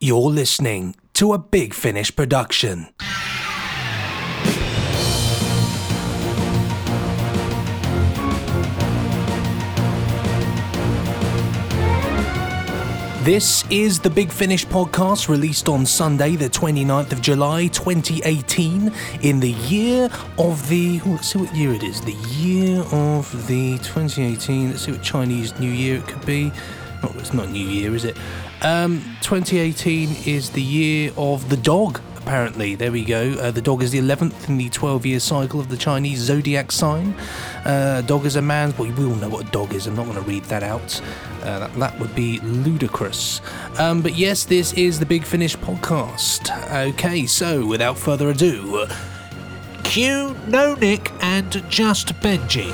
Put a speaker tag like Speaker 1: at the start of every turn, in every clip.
Speaker 1: You're listening to a Big Finish production. This is the Big Finish podcast released on Sunday, the 29th of July, 2018, in the year of the. oh, Let's see what year it is. The year of the 2018. Let's see what Chinese New Year it could be. Oh, it's not New Year, is it? Um, 2018 is the year of the dog, apparently. There we go. Uh, the dog is the 11th in the 12 year cycle of the Chinese zodiac sign. Uh, a dog is a man's. Well, we all know what a dog is. I'm not going to read that out. Uh, that, that would be ludicrous. Um, but yes, this is the Big Finish podcast. Okay, so without further ado, cue No Nick and Just Benji.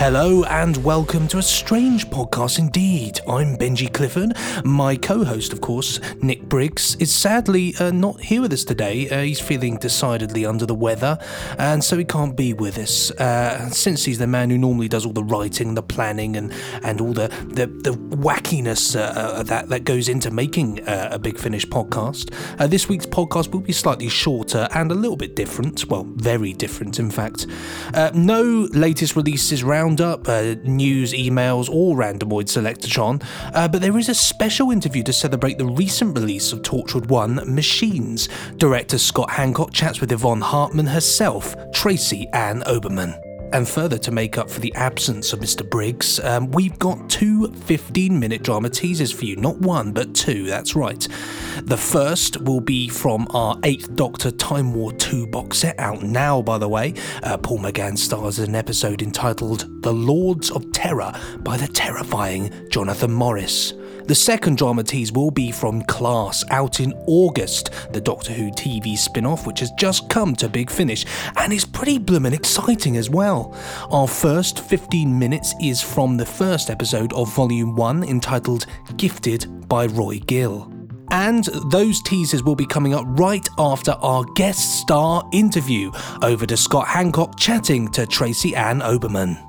Speaker 1: Hello and welcome to a strange podcast indeed. I'm Benji Clifford. My co host, of course, Nick Briggs, is sadly uh, not here with us today. Uh, he's feeling decidedly under the weather, and so he can't be with us. Uh, since he's the man who normally does all the writing, the planning, and, and all the, the, the wackiness uh, uh, that, that goes into making uh, a Big Finish podcast, uh, this week's podcast will be slightly shorter and a little bit different. Well, very different, in fact. Uh, no latest releases roundup, uh, news, emails, or Randomoid Selectatron, uh, but there is a special interview to celebrate the recent release of Tortured One Machines. Director Scott Hancock chats with Yvonne Hartman herself, Tracy Ann Oberman. And further, to make up for the absence of Mr. Briggs, um, we've got two 15 minute drama teasers for you. Not one, but two, that's right. The first will be from our 8th Doctor Time War 2 box set, out now, by the way. Uh, Paul McGann stars in an episode entitled The Lords of Terror by the terrifying Jonathan Morris. The second drama tease will be from Class, out in August, the Doctor Who TV spin off, which has just come to big finish and is pretty bloomin' exciting as well. Our first 15 minutes is from the first episode of Volume 1 entitled Gifted by Roy Gill. And those teasers will be coming up right after our guest star interview over to Scott Hancock chatting to Tracy Ann Oberman.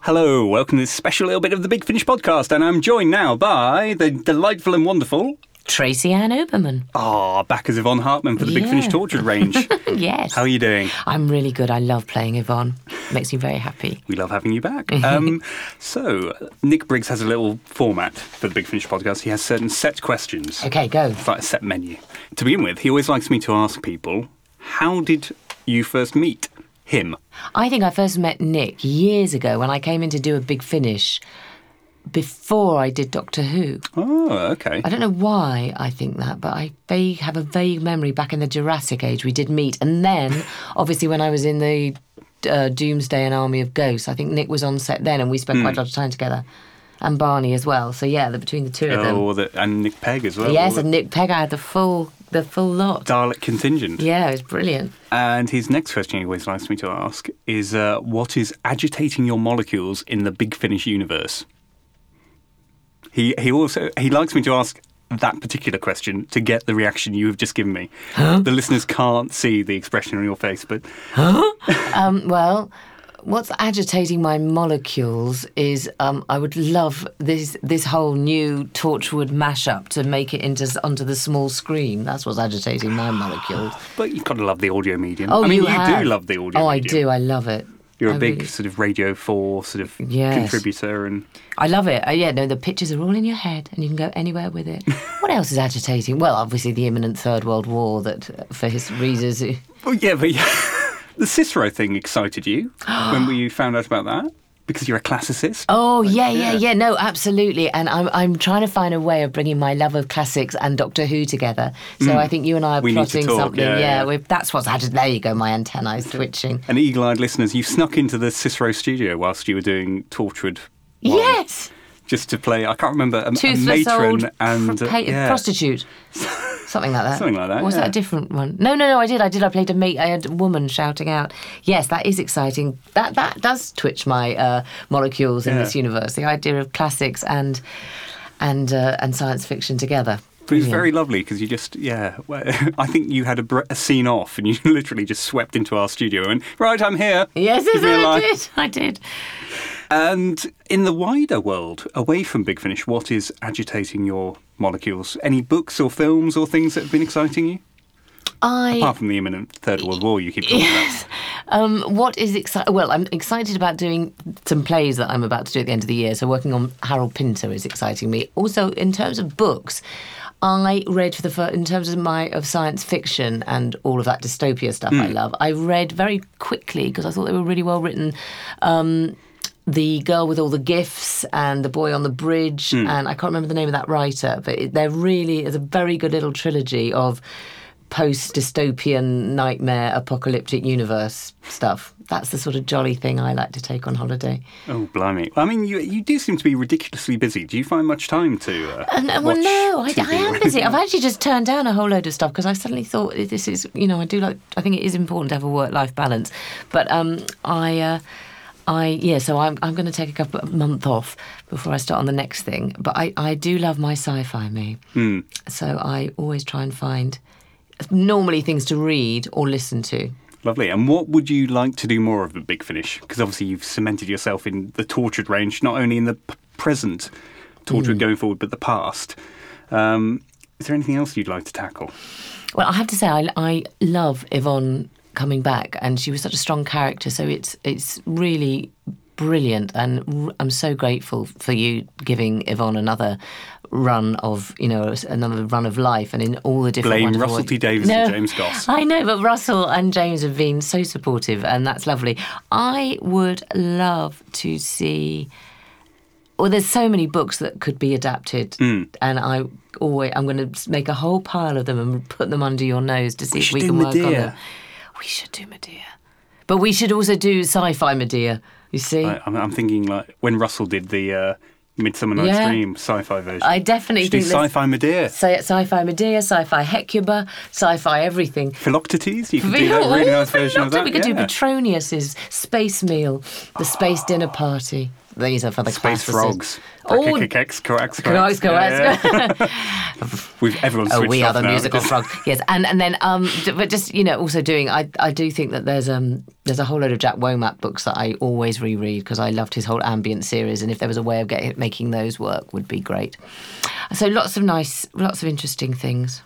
Speaker 2: Hello, welcome to this special little bit of the Big Finish podcast, and I'm joined now by the delightful and wonderful.
Speaker 3: Tracy Ann Oberman.
Speaker 2: Ah, back as Yvonne Hartman for the Big Finish
Speaker 3: Yeah.
Speaker 2: Tortured Range.
Speaker 3: Yes.
Speaker 2: How are you doing?
Speaker 3: I'm really good. I love playing Yvonne. Makes me very happy.
Speaker 2: We love having you back. Um, so, Nick Briggs has a little format for the Big Finish podcast. He has certain set questions.
Speaker 3: Okay, go.
Speaker 2: It's like a set menu. To begin with, he always likes me to ask people, how did you first meet him?
Speaker 3: I think I first met Nick years ago when I came in to do a big finish before I did Doctor Who.
Speaker 2: Oh, okay.
Speaker 3: I don't know why I think that, but I vague, have a vague memory back in the Jurassic Age we did meet. And then, obviously, when I was in the uh, Doomsday and Army of Ghosts, I think Nick was on set then and we spent quite a
Speaker 2: Hmm.
Speaker 3: lot of time together. And Barney as well. So, yeah, the, between the two of them.
Speaker 2: Oh, the, and Nick Pegg as well.
Speaker 3: yes,
Speaker 2: all the
Speaker 3: and Nick Pegg, I had the full, the full lot.
Speaker 2: Dalek contingent.
Speaker 3: Yeah, it was brilliant.
Speaker 2: And his next question he always likes me to ask is uh, what is agitating your molecules in the Big Finish universe? He he also he likes me to ask that particular question to get the reaction you have just given me. The listeners can't see the expression on your face, but
Speaker 3: Um, well, what's agitating my molecules is um, I would love this this whole new Torchwood mashup to make it into s- onto the small screen. That's what's agitating my molecules.
Speaker 2: but you've got to love the audio medium.
Speaker 3: Oh,
Speaker 2: I mean, you,
Speaker 3: have.
Speaker 2: do love the audio.
Speaker 3: Oh, I
Speaker 2: medium.
Speaker 3: do. I love it.
Speaker 2: You're a
Speaker 3: I
Speaker 2: big
Speaker 3: really-
Speaker 2: sort of Radio Four sort of
Speaker 3: Yes.
Speaker 2: contributor, and
Speaker 3: I love it. Uh, yeah, no, the pictures are all in your head, and you can go anywhere with it. what else is agitating? Well, obviously the imminent Third World War. That uh, for his readers. who-
Speaker 2: well, yeah, but the Cicero thing excited you when you found out about that because you're a classicist.
Speaker 3: Oh yeah, yeah,
Speaker 2: yeah.
Speaker 3: yeah. No, absolutely. And I'm I'm trying to find a way of bringing my love of classics and Doctor Who together. So I think you and I are
Speaker 2: Hmm. We need to
Speaker 3: plotting
Speaker 2: talk,
Speaker 3: something.
Speaker 2: yeah, yeah.
Speaker 3: we're- that's what's added. There you go. My antennae is twitching.
Speaker 2: And eagle eyed listeners, you snuck into the Cicero studio whilst you were doing Tortured. One,
Speaker 3: Yes,
Speaker 2: Just to play, I can't remember, a, a
Speaker 3: toothless
Speaker 2: matron
Speaker 3: old
Speaker 2: and.
Speaker 3: pr-
Speaker 2: uh,
Speaker 3: pa-
Speaker 2: yeah.
Speaker 3: prostitute. Something like that.
Speaker 2: Something like that,
Speaker 3: Or Was
Speaker 2: yeah.
Speaker 3: that a different one? No, no, no. I did. I did. I played a mate. I had a woman shouting out. Yes, that is exciting. That that does twitch my uh, molecules in
Speaker 2: Yeah.
Speaker 3: this universe. The idea of classics and and uh, and science fiction together.
Speaker 2: But it was
Speaker 3: Brilliant.
Speaker 2: very lovely because you just, yeah. Well, I think you had a, br- a scene off and you literally just swept into our studio and went, right, I'm here.
Speaker 3: Yes,
Speaker 2: Give
Speaker 3: yes,
Speaker 2: me a
Speaker 3: I
Speaker 2: line.
Speaker 3: did. I did.
Speaker 2: And in the wider world, away from Big Finish, what is agitating your molecules? Any books or films or things that have been exciting you?
Speaker 3: I
Speaker 2: Apart from the imminent Third World War, you keep talking
Speaker 3: Yes. Um, what is exciting? Well, I'm excited about doing some plays that I'm about to do at the end of the year. So working on Harold Pinter is exciting me. Also, in terms of books, I read for the first, in terms of my of science fiction and all of that dystopia stuff I love. I read very quickly because I thought they were really well written. Um, the girl with all the gifts and the boy on the bridge and i can't remember the name of that writer but it, there really is a very good little trilogy of post dystopian nightmare apocalyptic universe stuff that's the sort of jolly thing i like to take on holiday
Speaker 2: Oh, blimey. I mean, you, you do seem to be ridiculously busy. Do you find much time to. Uh,
Speaker 3: and, and well,
Speaker 2: watch
Speaker 3: no, I, I
Speaker 2: TV
Speaker 3: am
Speaker 2: or
Speaker 3: busy.
Speaker 2: anything?
Speaker 3: I've actually just turned down a whole load of stuff because I suddenly thought this is, you know, I do like. I think it is important to have a work-life balance, but um, I, uh, I yeah. So I'm I'm going to take a couple of month off before I start on the next thing. But I I do love my sci-fi me, so I always try and find normally things to read or listen to.
Speaker 2: Lovely. And what would you like to do more of at Big Finish? Because obviously you've cemented yourself in the tortured range, not only in the p- present, tortured
Speaker 3: Hmm.
Speaker 2: going forward, but the past. Um, is there anything else you'd like to tackle?
Speaker 3: Well, I have to say, I, I love Yvonne coming back, and she was such a strong character. So it's it's really brilliant, and r- I'm so grateful for you giving Yvonne another run of you know s- another run of life, and in all the different.
Speaker 2: Blame
Speaker 3: wonderful
Speaker 2: Russell
Speaker 3: ways-
Speaker 2: T Davies and James Goss.
Speaker 3: I know, but Russell and James have been so supportive, and that's lovely. I would love to see well, there's so many books that could be adapted,
Speaker 2: Mm.
Speaker 3: and I always I'm going to make a whole pile of them and put them under your nose to see if
Speaker 2: should
Speaker 3: we
Speaker 2: do
Speaker 3: can work on
Speaker 2: Medea.
Speaker 3: them. We should do Medea, but we should also do sci-fi Medea. You see,
Speaker 2: I, I'm, I'm thinking like when Russell did the uh, Midsummer Night's
Speaker 3: Yeah.
Speaker 2: Dream sci-fi version.
Speaker 3: I definitely
Speaker 2: should do
Speaker 3: think there's-
Speaker 2: sci-fi Medea.
Speaker 3: Sci- sci-fi Medea, sci-fi Hecuba, sci-fi everything.
Speaker 2: Philoctetes, you could
Speaker 3: We
Speaker 2: do that
Speaker 3: all-
Speaker 2: really
Speaker 3: all
Speaker 2: nice version of
Speaker 3: Philoctetes.
Speaker 2: that.
Speaker 3: We could do
Speaker 2: yeah.
Speaker 3: Petronius's space meal, the space dinner party. These are for the
Speaker 2: Space
Speaker 3: classicists.
Speaker 2: frogs.
Speaker 3: Oh,
Speaker 2: Brackakakex, coax,
Speaker 3: correct,
Speaker 2: coax.
Speaker 3: correct.
Speaker 2: Yeah, yeah. We've everyone
Speaker 3: Oh,
Speaker 2: switched
Speaker 3: we
Speaker 2: off
Speaker 3: are the
Speaker 2: now.
Speaker 3: musical frogs. Yes, and and then um, d- but just you know, also doing. I I do think that there's um there's a whole load of Jack Womack books that I always reread because I loved his whole ambient series, and if there was a way of getting making those work, would be great. So lots of nice, lots of interesting things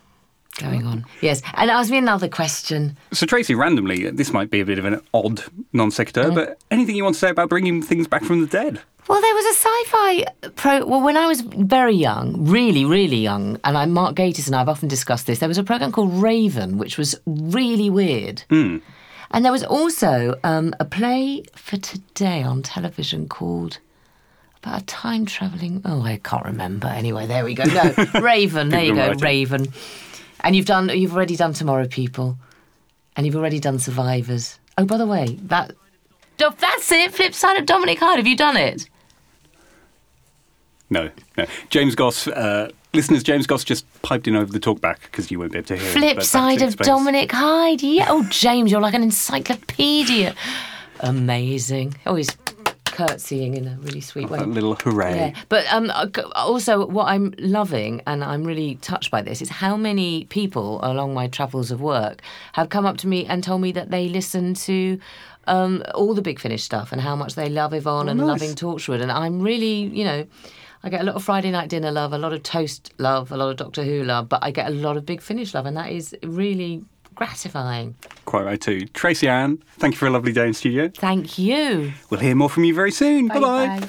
Speaker 3: going on. Yes, and ask me another question.
Speaker 2: So, Tracy, randomly, this might be a bit of an odd non sequitur,
Speaker 3: Mm.
Speaker 2: but anything you want to say about bringing things back from the dead?
Speaker 3: Well, there was a sci-fi pro. Well, when I was very young, really, really young, and I, Mark Gatiss and I have often discussed this. There was a program called Raven, which was really weird, and there was also um, a play for today on television called about a time traveling. Oh, I can't remember. Anyway, there we go. No, Raven. there you
Speaker 2: People
Speaker 3: go,
Speaker 2: write it.
Speaker 3: Raven. And you've done. You've already done Tomorrow People, and you've already done Survivors. Oh, by the way, that. Dof- That's it. Flip side of Dominic Hyde. Have you done it?
Speaker 2: No, no. James Goss, uh, listeners, James Goss just piped in over the talkback because you won't be able to hear it, but
Speaker 3: Flip
Speaker 2: that
Speaker 3: side of
Speaker 2: explains-
Speaker 3: Dominic Hyde. Yeah. Oh, James, you're like an encyclopedia. Amazing. Oh, he's curtsying in a really sweet way.
Speaker 2: That little hooray.
Speaker 3: Yeah, but um, uh, c- also what I'm loving, and I'm really touched by this, is how many people along my travels of work have come up to me and told me that they listen to um, all the Big Finish stuff and how much they love Yvonne and
Speaker 2: Oh, nice.
Speaker 3: loving Torchwood. And I'm really, you know, I get a lot of Friday night dinner love, a lot of toast love, a lot of Doctor Who love, but I get a lot of Big Finish love, and that is really gratifying.
Speaker 2: Quite right, too. Tracy Ann, thank you for a lovely day in studio.
Speaker 3: Thank you.
Speaker 2: We'll hear more from you very soon. Bye bye.
Speaker 3: Bye-bye.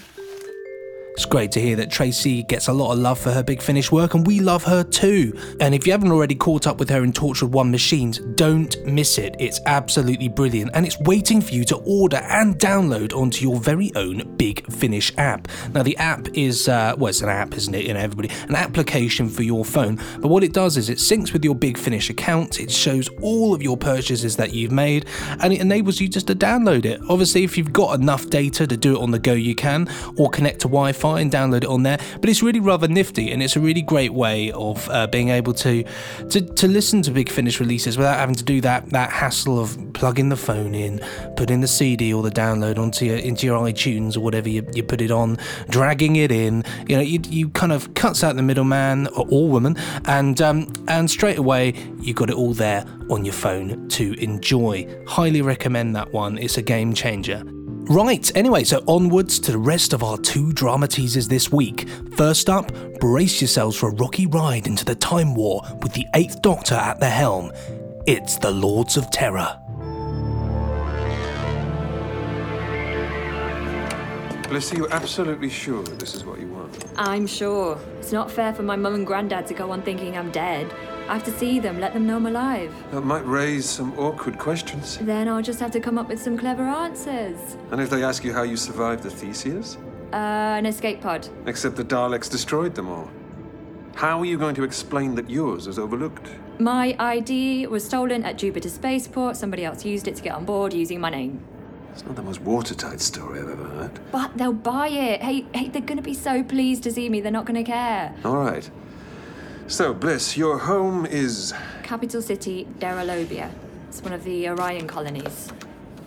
Speaker 1: It's great to hear that Tracy gets a lot of love for her Big Finish work, and we love her too. And if you haven't already caught up with her in Tortured One Machines, don't miss it. It's absolutely brilliant, and it's waiting for you to order and download onto your very own Big Finish app. Now, the app is, uh, well, it's an app, isn't it, in everybody? An application for your phone. But what it does is it syncs with your Big Finish account, it shows all of your purchases that you've made, and it enables you just to download it. Obviously, if you've got enough data to do it on the go, you can, or connect to Wi Fi. Spotify and download it on there. But it's really rather nifty, and it's a really great way of uh, being able to, to to listen to Big Finish releases without having to do that that hassle of plugging the phone in, putting the CD or the download onto your into your iTunes or whatever you, you put it on, dragging it in. You know, you, you kind of cuts out the middleman or, or woman, and um, and straight away you got it all there on your phone to enjoy. Highly recommend that one. It's a game changer. Right, anyway, so onwards to the rest of our two drama teasers this week. First up, brace yourselves for a rocky ride into the Time War with the Eighth Doctor at the helm. It's the Lords of Terror.
Speaker 4: Melissa, you're absolutely sure that this is what you want.
Speaker 5: I'm sure. It's not fair for my mum and granddad to go on thinking I'm dead. I have to see them, let them know I'm alive.
Speaker 4: That might raise some awkward questions.
Speaker 5: Then I'll just have to come up with some clever answers.
Speaker 4: And if they ask you how you survived the Theseus?
Speaker 5: Uh, an escape pod.
Speaker 4: Except the Daleks destroyed them all. How are you going to explain that yours was overlooked?
Speaker 5: My ID was stolen at Jupiter Spaceport. Somebody else used it to get on board using my name.
Speaker 4: It's not the most watertight story I've ever heard.
Speaker 5: But they'll buy it. Hey, hey, they're gonna be so pleased to see me. They're not gonna care.
Speaker 4: All right. So, Bliss, your home is.
Speaker 5: Capital city, Derelobia. It's one of the Orion colonies.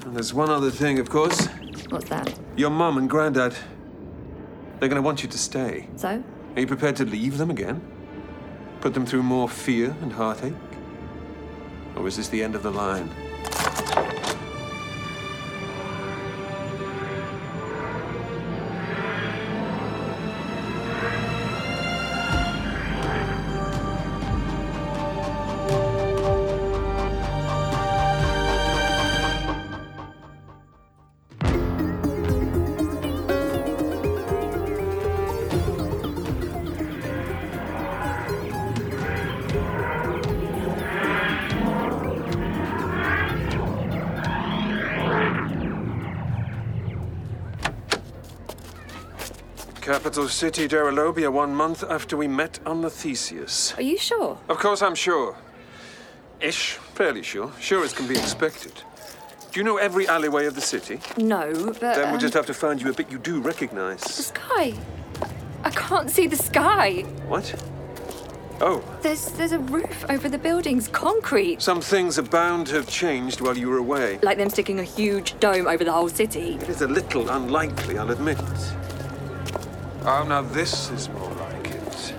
Speaker 4: And there's one other thing, of course.
Speaker 5: What's that?
Speaker 4: Your mum and granddad. They're going to want you to stay.
Speaker 5: So?
Speaker 4: Are you prepared to leave them again? Put them through more fear and heartache? Or is this the end of the line? Capital city, Derelobia, one month after we met on the Theseus.
Speaker 5: Are you sure?
Speaker 4: Of course, I'm sure. Ish, fairly sure. Sure as can be expected. Do you know every alleyway of the city?
Speaker 5: No, but.
Speaker 4: Then
Speaker 5: um,
Speaker 4: we'll just have to find you a bit you do
Speaker 5: The
Speaker 4: recognize.
Speaker 5: sky. I can't see the sky.
Speaker 4: What? Oh,
Speaker 5: There's there's a roof over the buildings, concrete.
Speaker 4: some things are bound to have changed while you were away.
Speaker 5: Like them sticking a huge dome over the whole city.
Speaker 4: It is a little unlikely, I'll admit. Oh, now this is more like it.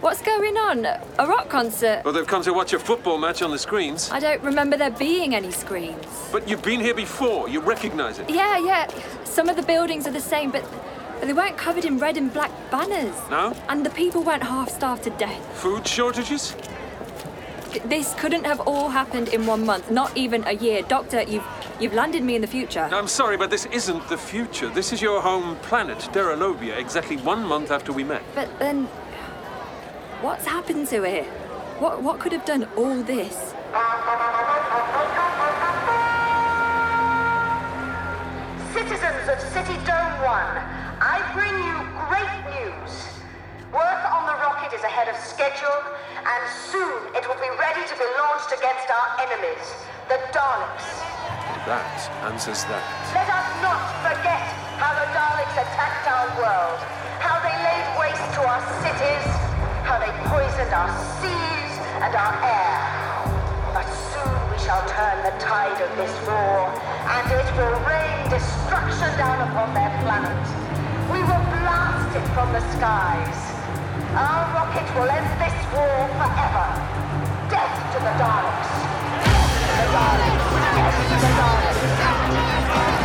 Speaker 5: What's going on? A rock concert?
Speaker 4: Well, they've come to watch a football match on the screens.
Speaker 5: I don't remember there being any screens.
Speaker 4: But you've been here before, you recognize it.
Speaker 5: Yeah, yeah. Some of the buildings are the same, but they weren't covered in red and black banners.
Speaker 4: No?
Speaker 5: And the people weren't half starved to death.
Speaker 4: Food shortages?
Speaker 5: Th- This couldn't have all happened in one month, not even a year. Doctor, you've you've landed me in the future.
Speaker 4: I'm sorry, but this isn't the future. This is your home planet, Derelobia, exactly one month after we met.
Speaker 5: But then what's happened to it? What what could have done all this?
Speaker 6: Citizens of City Dome 1, I bring you great news. Work on the rocket is ahead of schedule, and soon it will be ready to be launched against our enemies, the Daleks.
Speaker 4: That answers that.
Speaker 6: Let us not forget how the Daleks attacked our world, how they laid waste to our cities, how they poisoned our seas and our air. But soon we shall turn the tide of this war, and it will rain destruction down upon their planet. We will blast it from the skies. Our rocket will end this war forever. Death to the Daleks! Death to the Daleks! Death to the Daleks!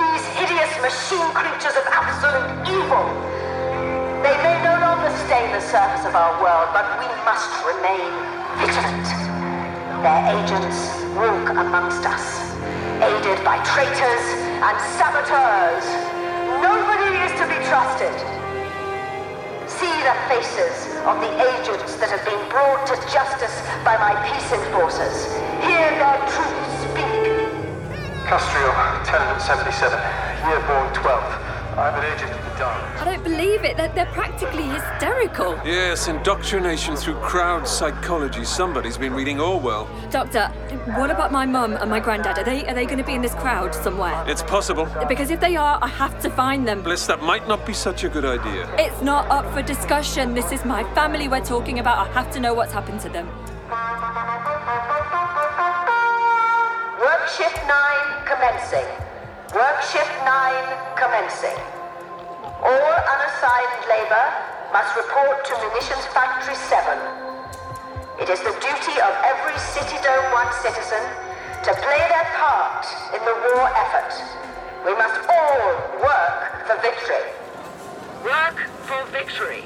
Speaker 6: machine creatures of absolute evil. They may no longer stain the surface of our world, but we must remain vigilant. Their agents walk amongst us, aided by traitors and saboteurs. Nobody is to be trusted. See the faces of the agents that have been brought to justice by my peace enforcers. Hear their truth speak.
Speaker 7: Castrio, tenement 77, year born 12. I'm an agent of the Daleks.
Speaker 5: I don't believe it. They're, they're practically hysterical.
Speaker 4: Yes, indoctrination through crowd psychology. Somebody's been reading Orwell.
Speaker 5: Doctor, what about my mum and my granddad? Are they are they going to be in this crowd somewhere?
Speaker 4: It's possible.
Speaker 5: Because if they are, I have to find them.
Speaker 4: Bliss, that might not be such a good idea.
Speaker 5: It's not up for discussion. This is my family we're talking about. I have to know what's happened to them.
Speaker 6: Work shift 9 commencing. Work shift 9 commencing. All unassigned labor must report to Munitions Factory 7. It is the duty of every City Dome 1 citizen to play their part in the war effort. We must all work for victory. Work for victory.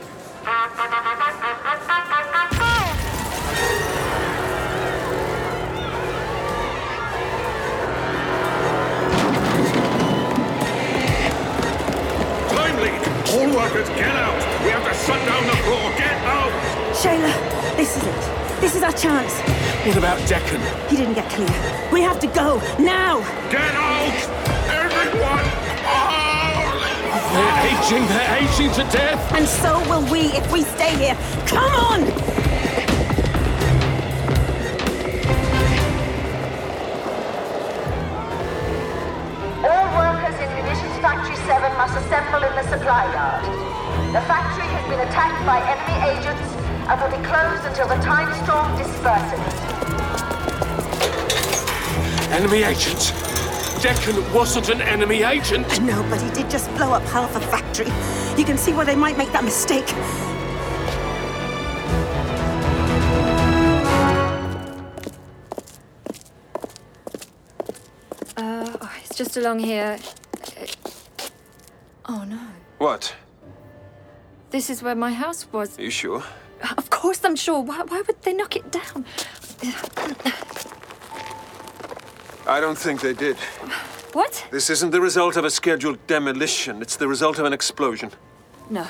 Speaker 8: Time lead! All workers, get out! We have to shut down the floor! Get out!
Speaker 9: Shayla, this is it. This is our chance.
Speaker 8: What about Deccan?
Speaker 9: He didn't get clear. We have to go now.
Speaker 8: Get out! Everyone! Oh! They're aging! They're aging to death!
Speaker 9: And so will we if we stay here. Come on!
Speaker 6: All workers in Munitions Factory 7 must assemble in the supply yard. The factory has been attacked by enemy agents and will be closed until the time storm disperses.
Speaker 8: Enemy agents! Deccan wasn't an enemy agent!
Speaker 9: No, but he did just blow up half a factory. You can see where they might make that mistake.
Speaker 5: Uh, oh, it's just along here. Oh no.
Speaker 4: What?
Speaker 5: This is where my house was.
Speaker 4: Are you sure?
Speaker 5: Of course I'm sure. Why, why would they knock it down?
Speaker 4: I don't think they did.
Speaker 5: What?
Speaker 4: This isn't the result of a scheduled demolition. It's the result of an explosion.
Speaker 5: No.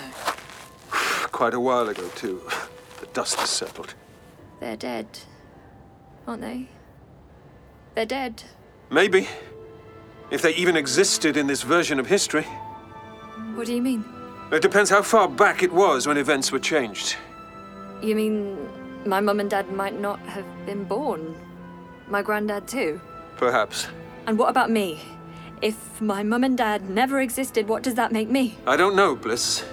Speaker 4: Quite a while ago, too. The dust has settled.
Speaker 5: They're dead. Aren't they? They're dead.
Speaker 4: Maybe. If they even existed in this version of history.
Speaker 5: What do you mean?
Speaker 4: It depends how far back it was when events were changed.
Speaker 5: You mean my mum and dad might not have been born? My granddad, too?
Speaker 4: Perhaps.
Speaker 5: And what about me? If my mum and dad never existed, what does that make me?
Speaker 4: I don't know, Bliss.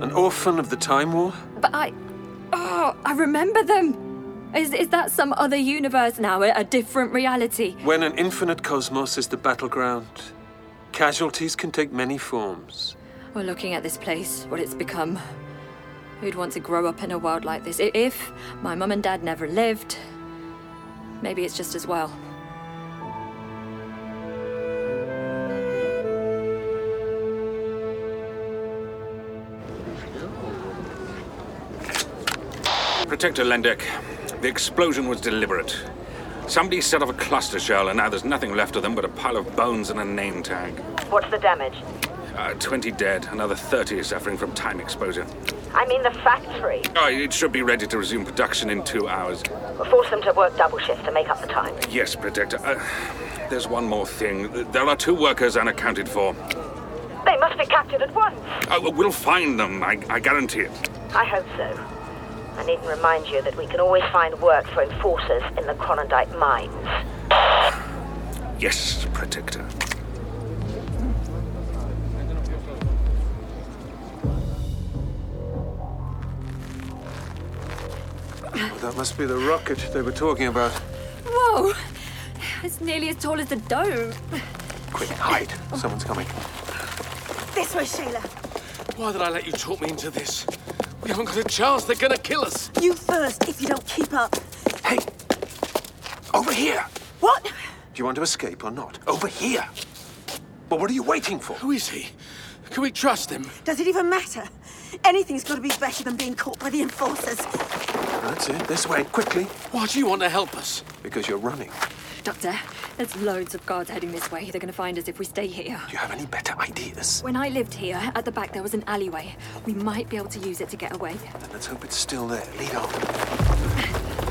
Speaker 4: An orphan of the Time War?
Speaker 5: But I. Oh, I remember them! Is, is that some other universe now? A, a different reality?
Speaker 4: When an infinite cosmos is the battleground, casualties can take many forms.
Speaker 5: We're looking at this place, what it's become. Who'd want to grow up in a world like this? I- If my mum and dad never lived, maybe it's just as well.
Speaker 10: Protector Lendek, the explosion was deliberate. Somebody set off a cluster shell, and now there's nothing left of them but a pile of bones and a name tag.
Speaker 6: What's the damage?
Speaker 10: Uh, 20 dead, another 30 is suffering from time exposure.
Speaker 6: I mean the factory.
Speaker 10: Oh, it should be ready to resume production in two hours.
Speaker 6: Force them to work double shifts to make up the time.
Speaker 10: Yes, Protector. Uh, there's one more thing. There are two workers unaccounted for.
Speaker 6: They must be captured at once.
Speaker 10: Oh, we'll find them, I, I guarantee it.
Speaker 6: I hope so. I needn't remind you that we can always find work for enforcers in the Conondite mines.
Speaker 10: Yes, Protector.
Speaker 4: That must be the rocket they were talking about.
Speaker 5: Whoa! It's nearly as tall as the dome.
Speaker 4: Quick, hide. Someone's coming.
Speaker 9: This way, Shayla.
Speaker 8: Why did I let you talk me into this? We haven't got a chance, they're gonna kill us!
Speaker 9: You first if you don't keep up.
Speaker 4: Hey! Over here!
Speaker 9: What?
Speaker 4: Do you want to escape or not? Over here! Well, what are you waiting for?
Speaker 8: Who is he? Can we trust him?
Speaker 9: Does it even matter? Anything's got to be better than being caught by the enforcers.
Speaker 4: That's it. This way, quickly.
Speaker 8: Why do you want to help us?
Speaker 4: Because you're running.
Speaker 5: Doctor, there's loads of guards heading this way. They're going to find us if we stay here.
Speaker 4: Do you have any better ideas?
Speaker 5: When I lived here, at the back there was an alleyway. We might be able to use it to get away.
Speaker 4: Then let's hope it's still there. Lead on.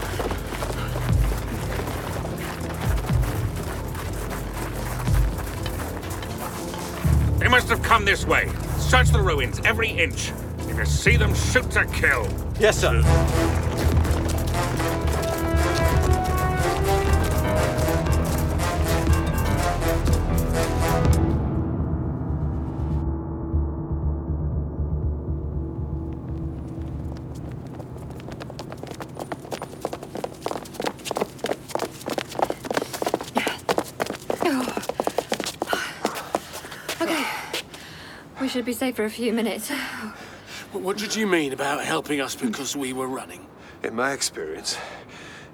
Speaker 10: They must have come this way. Search the ruins, every inch. If you see them, shoot to kill.
Speaker 11: Yes, sir.
Speaker 5: Okay. We should be safe for a few minutes.
Speaker 8: Wh- What did you mean about helping us because we were running?
Speaker 4: In my experience,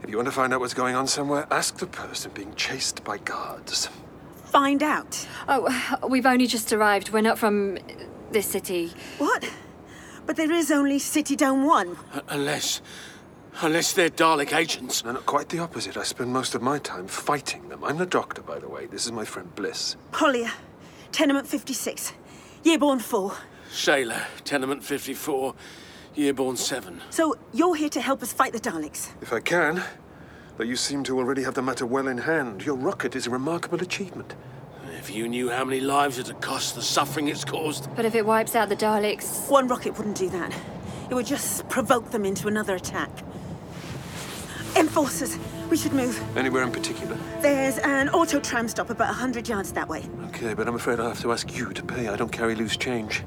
Speaker 4: if you want to find out what's going on somewhere, ask the person being chased by guards.
Speaker 9: Find out.
Speaker 5: Oh, we've only just arrived. We're not from uh, this city.
Speaker 9: What? But there is only City Dome 1.
Speaker 8: Uh, unless. Unless they're Dalek agents.
Speaker 4: No, not quite the opposite. I spend most of my time fighting them. I'm the doctor, by the way. This is my friend Bliss.
Speaker 9: Collier, Tenement 56, Yearborn 4.
Speaker 8: Shayla, Tenement 54, Yearborn 7.
Speaker 9: So you're here to help us fight the Daleks.
Speaker 4: If I can, though you seem to already have the matter well in hand, your rocket is a remarkable achievement.
Speaker 8: If you knew how many lives it had cost, the suffering it's caused.
Speaker 5: But if it wipes out the Daleks,
Speaker 9: One rocket wouldn't do that. It would just provoke them into another attack. Enforcers, we should move.
Speaker 4: Anywhere in particular?
Speaker 9: There's an auto tram stop about 100 yards that way.
Speaker 4: Okay, but I'm afraid I'll have to ask you to pay. I don't carry loose change.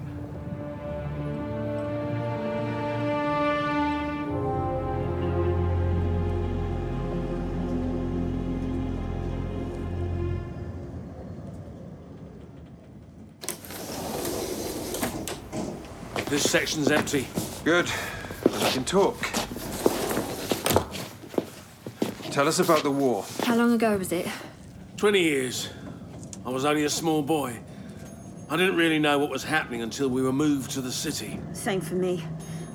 Speaker 8: This section's empty.
Speaker 4: Good. Then we can talk. Tell us about the war.
Speaker 5: how long ago was it?
Speaker 8: 20 years. I was only a small boy. I didn't really know what was happening until we were moved to the city.
Speaker 9: Same for me.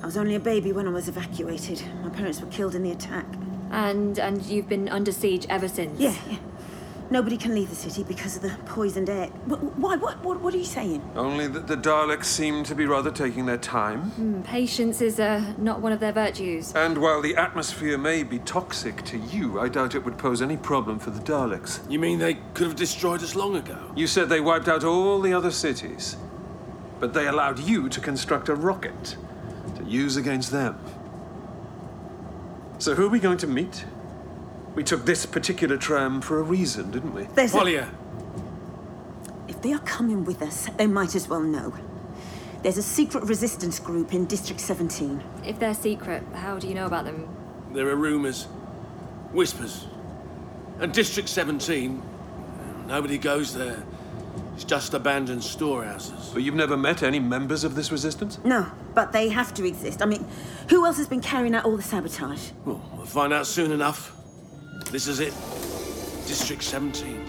Speaker 9: I was only a baby when I was evacuated. My parents were killed in the attack.
Speaker 5: And and you've been under siege ever since.
Speaker 9: Yeah, yeah. Nobody can leave the city because of the poisoned air. Wh- Why? What? What? What are you saying?
Speaker 4: Only that the Daleks seem to be rather taking their time.
Speaker 5: Hmm, patience is uh, not one of their virtues.
Speaker 4: And while the atmosphere may be toxic to you, I doubt it would pose any problem for the Daleks.
Speaker 8: You mean they could have destroyed us long ago?
Speaker 4: You said they wiped out all the other cities, but they allowed you to construct a rocket to use against them. So who are we going to meet? We took this particular tram for a reason, didn't we?
Speaker 9: There's a-
Speaker 8: Polya,
Speaker 9: If they are coming with us, they might as well know. There's a secret resistance group in District 17.
Speaker 5: If they're secret, how do you know about them?
Speaker 8: there are rumours, whispers. And District 17, nobody goes there. It's just abandoned storehouses.
Speaker 4: But you've never met any members of this resistance?
Speaker 9: No, but they have to exist. I mean, who else has been carrying out all the sabotage?
Speaker 8: Well, we'll find out soon enough. This is it District 17.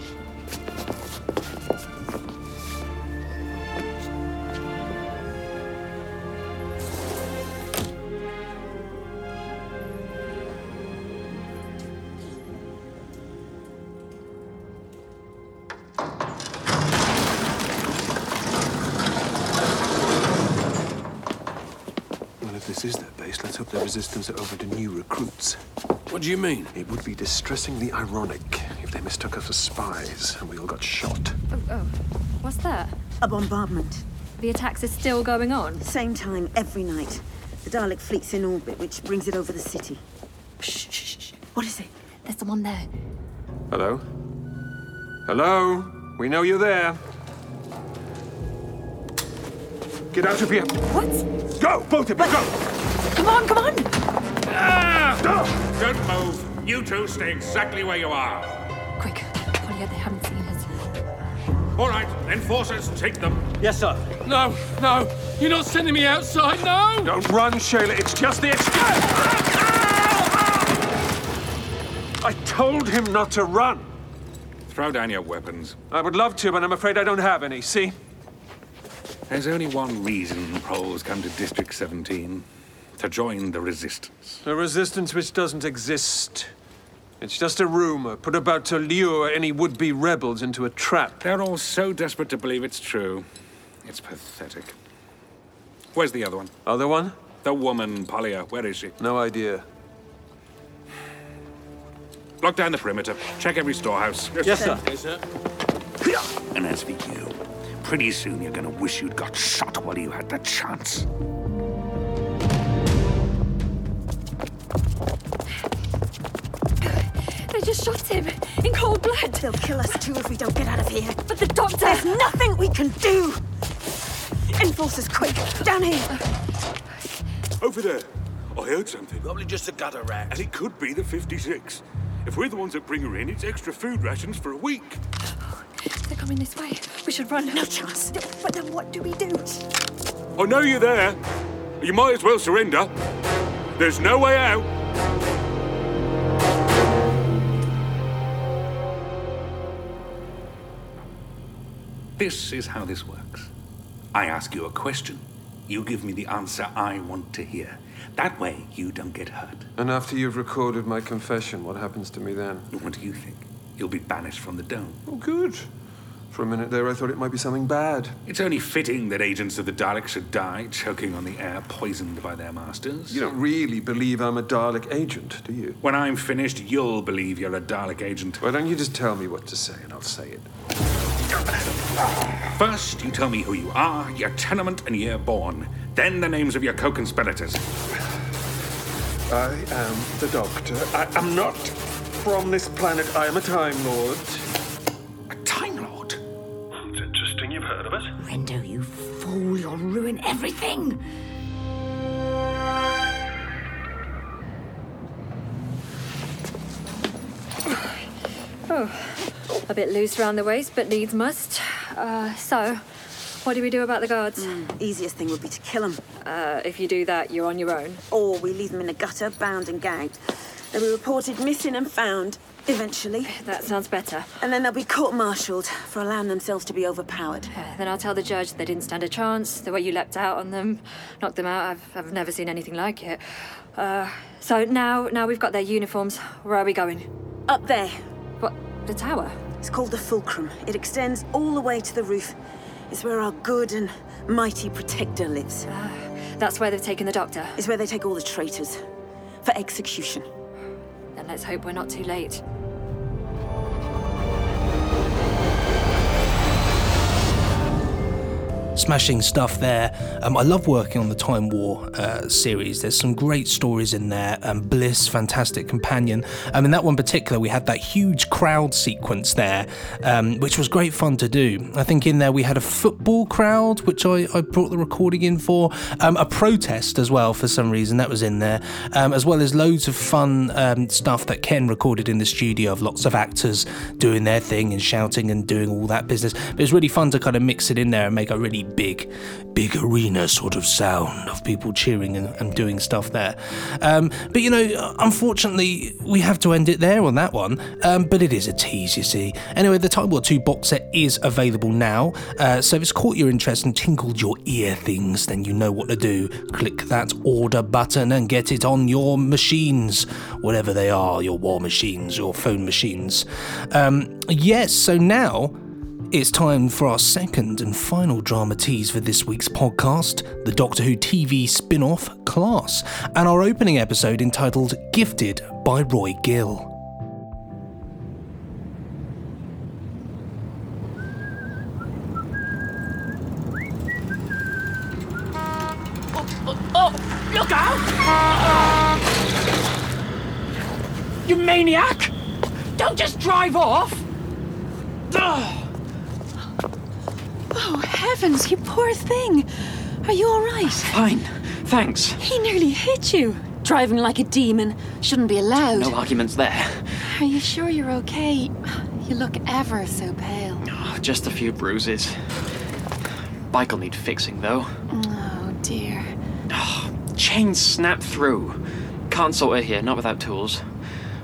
Speaker 4: Well, if this is their base, let's hope the resistance are open to new recruits.
Speaker 8: What do you mean?
Speaker 4: It would be distressingly ironic if they mistook us for spies and we all got shot.
Speaker 5: Oh, oh. what's that?
Speaker 9: A bombardment.
Speaker 5: The attacks are still going on.
Speaker 9: Same time every night. The Dalek fleet's in orbit, which brings it over the city.
Speaker 5: Shh, shh, shh.
Speaker 9: What is it?
Speaker 5: There's someone there.
Speaker 4: Hello? Hello? We know you're there. Get out of here.
Speaker 5: What?
Speaker 4: Go, both of you, go!
Speaker 5: Come on, come on!
Speaker 10: Ah! Don't move. You two stay exactly where you are.
Speaker 5: Quick. Polly, they haven't seen us.
Speaker 10: All right, enforcers, take them.
Speaker 11: Yes, sir.
Speaker 8: No, no, you're not sending me outside, no!
Speaker 4: Don't run, Shayla. It's just the excuse. I told him not to run.
Speaker 10: Throw down your weapons.
Speaker 4: I would love to, but I'm afraid I don't have any, see?
Speaker 10: There's only one reason Poles come to District 17 to join the resistance.
Speaker 4: A resistance which doesn't exist. It's just a rumor put about to lure any would be rebels into a trap.
Speaker 10: They're all so desperate to believe it's true. It's pathetic. Where's the other one?
Speaker 4: Other one?
Speaker 10: The woman, Polya. Where is she?
Speaker 4: No idea.
Speaker 10: Lock down the perimeter. Check every storehouse.
Speaker 8: Yes, sir.
Speaker 10: And as for you, pretty soon you're going to wish you'd got shot while you had the chance.
Speaker 5: They just shot him in cold blood.
Speaker 9: They'll kill us too if we don't get out of here.
Speaker 5: But the doctor.
Speaker 9: There's nothing we can do. Enforcers, quick, down here.
Speaker 11: Over there. I heard something.
Speaker 8: Probably just a gutter rat.
Speaker 11: And it could be the 56. If we're the ones that bring her in, it's extra food rations for a week.
Speaker 5: They're coming this way. We should run.
Speaker 9: No chance. But then what do we do?
Speaker 11: I know you're there. You might as well surrender. There's no way out.
Speaker 10: This is how this works I ask you a question. You give me the answer I want to hear. That way, you don't get hurt.
Speaker 4: And after you've recorded my confession, what happens to me then?
Speaker 10: What do you think? You'll be banished from the dome.
Speaker 4: Oh, good. For a minute there, I thought it might be something bad.
Speaker 10: It's only fitting that agents of the Daleks should die, choking on the air poisoned by their masters.
Speaker 4: You don't really believe I'm a Dalek agent, do you?
Speaker 10: When I'm finished, you'll believe you're a Dalek agent.
Speaker 4: Why don't you just tell me what to say and I'll say it?
Speaker 10: First, you tell me who you are, your tenement, and year born. Then the names of your co conspirators.
Speaker 11: I am the Doctor. I am not from this planet. I am a Time Lord.
Speaker 10: A Time Lord?
Speaker 11: It's interesting you've heard of us.
Speaker 9: Rendo, you fool, you'll ruin everything.
Speaker 5: Oh, A bit loose round the waist, but needs must. Uh, so, what do we do about the guards?
Speaker 9: Mm. Easiest thing would be to kill them.
Speaker 5: Uh, if you do that, you're on your own.
Speaker 9: Or we leave them in a gutter, bound and gagged. They'll be reported missing and found, eventually.
Speaker 5: That sounds better.
Speaker 9: And then they'll be court martialed for allowing themselves to be overpowered.
Speaker 5: Uh, Then I'll tell the judge they didn't stand a chance. The way you leapt out on them, knocked them out. I've, I've never seen anything like it. Uh, so now, now we've got their uniforms. Where are we going?
Speaker 9: Up there.
Speaker 5: What? The tower?
Speaker 9: It's called the fulcrum. It extends all the way to the roof. It's where our good and mighty protector lives.
Speaker 5: Ah, That's where they've taken the doctor.
Speaker 9: It's where they take all the traitors for execution.
Speaker 5: Then let's hope we're not too late.
Speaker 1: Smashing stuff there. Um, I love working on the Time War uh, series. There's some great stories in there. Um, Bliss, fantastic companion. Um, in that one particular, we had that huge crowd sequence there, um, which was great fun to do. I think in there we had a football crowd, which I, I brought the recording in for, um, a protest as well for some reason that was in there, um, as well as loads of fun um, stuff that Ken recorded in the studio of lots of actors doing their thing and shouting and doing all that business. But it was really fun to kind of mix it in there and make a really big, big arena sort of sound of people cheering and, and doing stuff there. Um, but you know, unfortunately, we have to end it there on that one. Um, but it is a tease, you see. Anyway, the Time War 2 box set is available now. Uh, so if it's caught your interest and tinkled your ear things, then you know what to do. Click that order button and get it on your machines, whatever they are your war machines, your phone machines. Um, yes, so now. It's time for our second and final drama tease for this week's podcast, the Doctor Who TV spin off Class, and our opening episode entitled Gifted by Roy Gill.
Speaker 12: Oh, look out! You maniac! Don't just drive off!
Speaker 13: Oh, heavens, you poor thing. Are you all right?
Speaker 12: Fine, thanks.
Speaker 13: He nearly hit you. Driving like a demon. Shouldn't be allowed.
Speaker 12: No arguments there.
Speaker 13: Are you sure you're okay? You look ever so pale.
Speaker 12: Oh, just a few bruises. Bike'll need fixing though. Ah,
Speaker 13: Oh, dear.
Speaker 12: Chain snapped through. Can't sort it here, not without tools.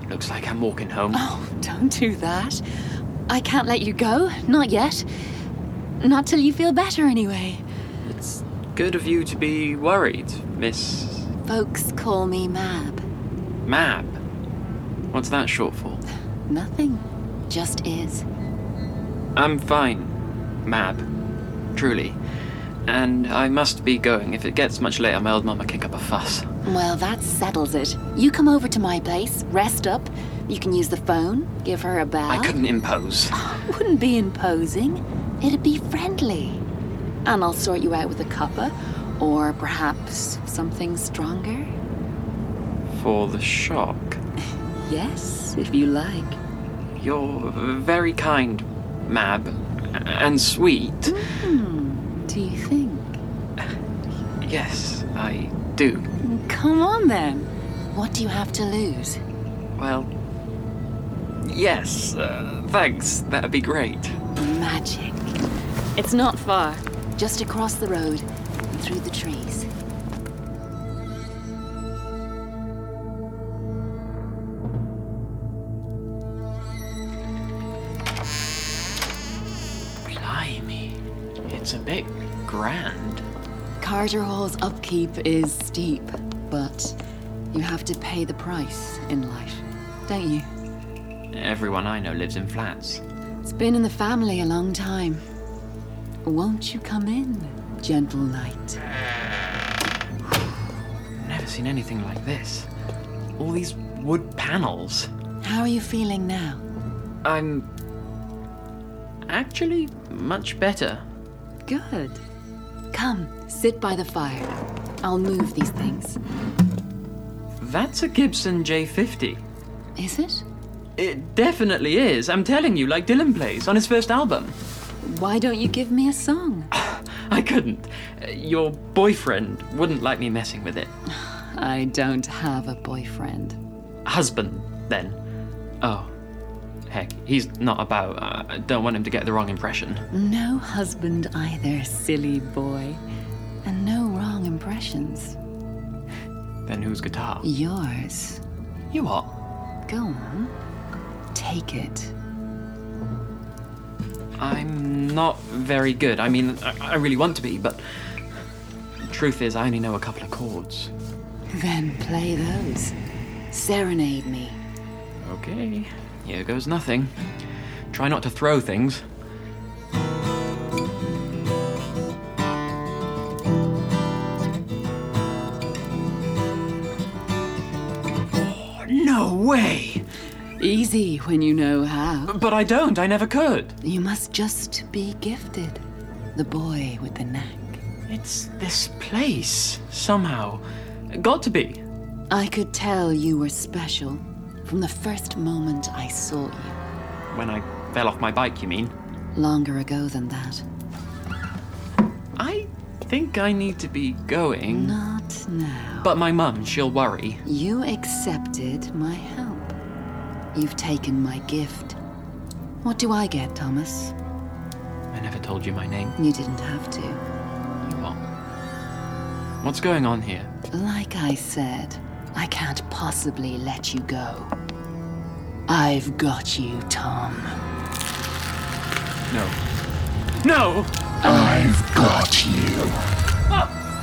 Speaker 12: Looks like I'm walking home.
Speaker 13: Oh, don't do that. I can't let you go. Not yet. Not till you feel better, anyway.
Speaker 12: It's good of you to be worried, Miss
Speaker 13: Folks call me Mab.
Speaker 12: Mab. What's that short for?
Speaker 13: Nothing. Just is.
Speaker 12: I'm fine, Mab. Truly. And I must be going. If it gets much later, my old mum will kick up a fuss.
Speaker 13: Well, that settles it. You come over to my place, rest up. You can use the phone, give her a bath.
Speaker 12: I couldn't impose.
Speaker 13: Wouldn't be imposing. It'd be friendly. And I'll sort you out with a cuppa, or perhaps something stronger.
Speaker 12: For the shock.
Speaker 13: Yes, if you like.
Speaker 12: You're very kind, Mab, and sweet.
Speaker 13: Hmm, do you think?
Speaker 12: Yes, I do.
Speaker 13: Come on then. What do you have to lose?
Speaker 12: Well, yes, uh, thanks. That'd be great.
Speaker 13: Magic. It's not far. Just across the road and through the trees.
Speaker 12: Blimey, it's a bit grand.
Speaker 13: Carter Hall's upkeep is steep, but you have to pay the price in life, don't you?
Speaker 12: Everyone I know lives in flats.
Speaker 13: It's been in the family a long time. Won't you come in, gentle knight?
Speaker 12: Never seen anything like this. All these wood panels.
Speaker 13: How are you feeling now?
Speaker 12: I'm actually much better.
Speaker 13: Good. Come, sit by the fire. I'll move these things.
Speaker 12: That's a Gibson J50.
Speaker 13: Is it?
Speaker 12: It definitely is. I'm telling you, like Dylan plays on his first album.
Speaker 13: Why don't you give me a song?
Speaker 12: I couldn't. Uh, Your boyfriend wouldn't like me messing with it.
Speaker 13: I don't have a boyfriend.
Speaker 12: Husband, then. Oh. Heck, he's not about. Uh, I don't want him to get the wrong impression.
Speaker 13: No husband either, silly boy. And no wrong impressions.
Speaker 12: Then whose guitar?
Speaker 13: Yours.
Speaker 12: You what?
Speaker 13: Go on. Take it.
Speaker 12: I'm not very good. I mean, I, I really want to be, but. Truth is, I only know a couple of chords.
Speaker 13: Then play those. Serenade me.
Speaker 12: Okay, here goes nothing. Try not to throw things. Oh, no way!
Speaker 13: Easy when you know how.
Speaker 12: But I don't, I never could.
Speaker 13: You must just be gifted. The boy with the knack.
Speaker 12: It's this place, somehow. Got to be.
Speaker 13: I could tell you were special from the first moment I saw you.
Speaker 12: When I fell off my bike, you mean?
Speaker 13: Longer ago than that.
Speaker 12: I think I need to be going.
Speaker 13: Not now.
Speaker 12: But my mum, she'll worry.
Speaker 13: You accepted my help. You've taken my gift. What do I get, Thomas?
Speaker 12: I never told you my name.
Speaker 13: You didn't have to.
Speaker 12: What? What's going on here?
Speaker 13: Like I said, I can't possibly let you go. I've got you, Tom.
Speaker 12: No. No!
Speaker 14: I've got you.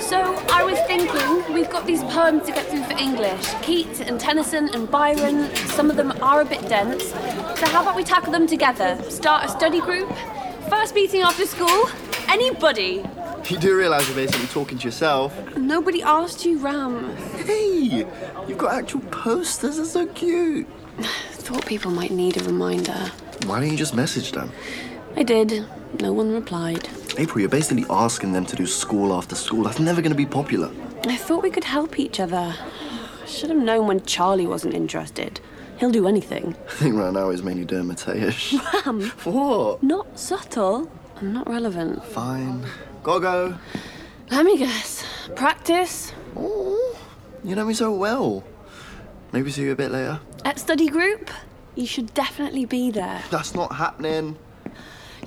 Speaker 15: So I was thinking, we've got these poems to get through for English. Keats and Tennyson and Byron, some of them are a bit dense. So how about we tackle them together? Start a study group? First meeting after school? Anybody?
Speaker 16: You do realise you're basically talking to yourself.
Speaker 15: Nobody asked you, Ram.
Speaker 16: Hey, you've got actual posters. That's so cute.
Speaker 15: Thought people might need a reminder.
Speaker 16: Why don't you just message them?
Speaker 15: I did. No one replied.
Speaker 16: April, you're basically asking them to do school after school. That's never going to be popular.
Speaker 17: I thought we could help each other. I should have known when Charlie wasn't interested. He'll do anything.
Speaker 16: I think right now is mainly Dermateish.
Speaker 17: Ram!
Speaker 16: What?
Speaker 17: Not subtle and not relevant.
Speaker 16: Fine. Gotta go.
Speaker 17: Let me guess. Practice?
Speaker 16: You know me so well. Maybe see you a bit later.
Speaker 17: At study group? You should definitely be there.
Speaker 16: That's not happening.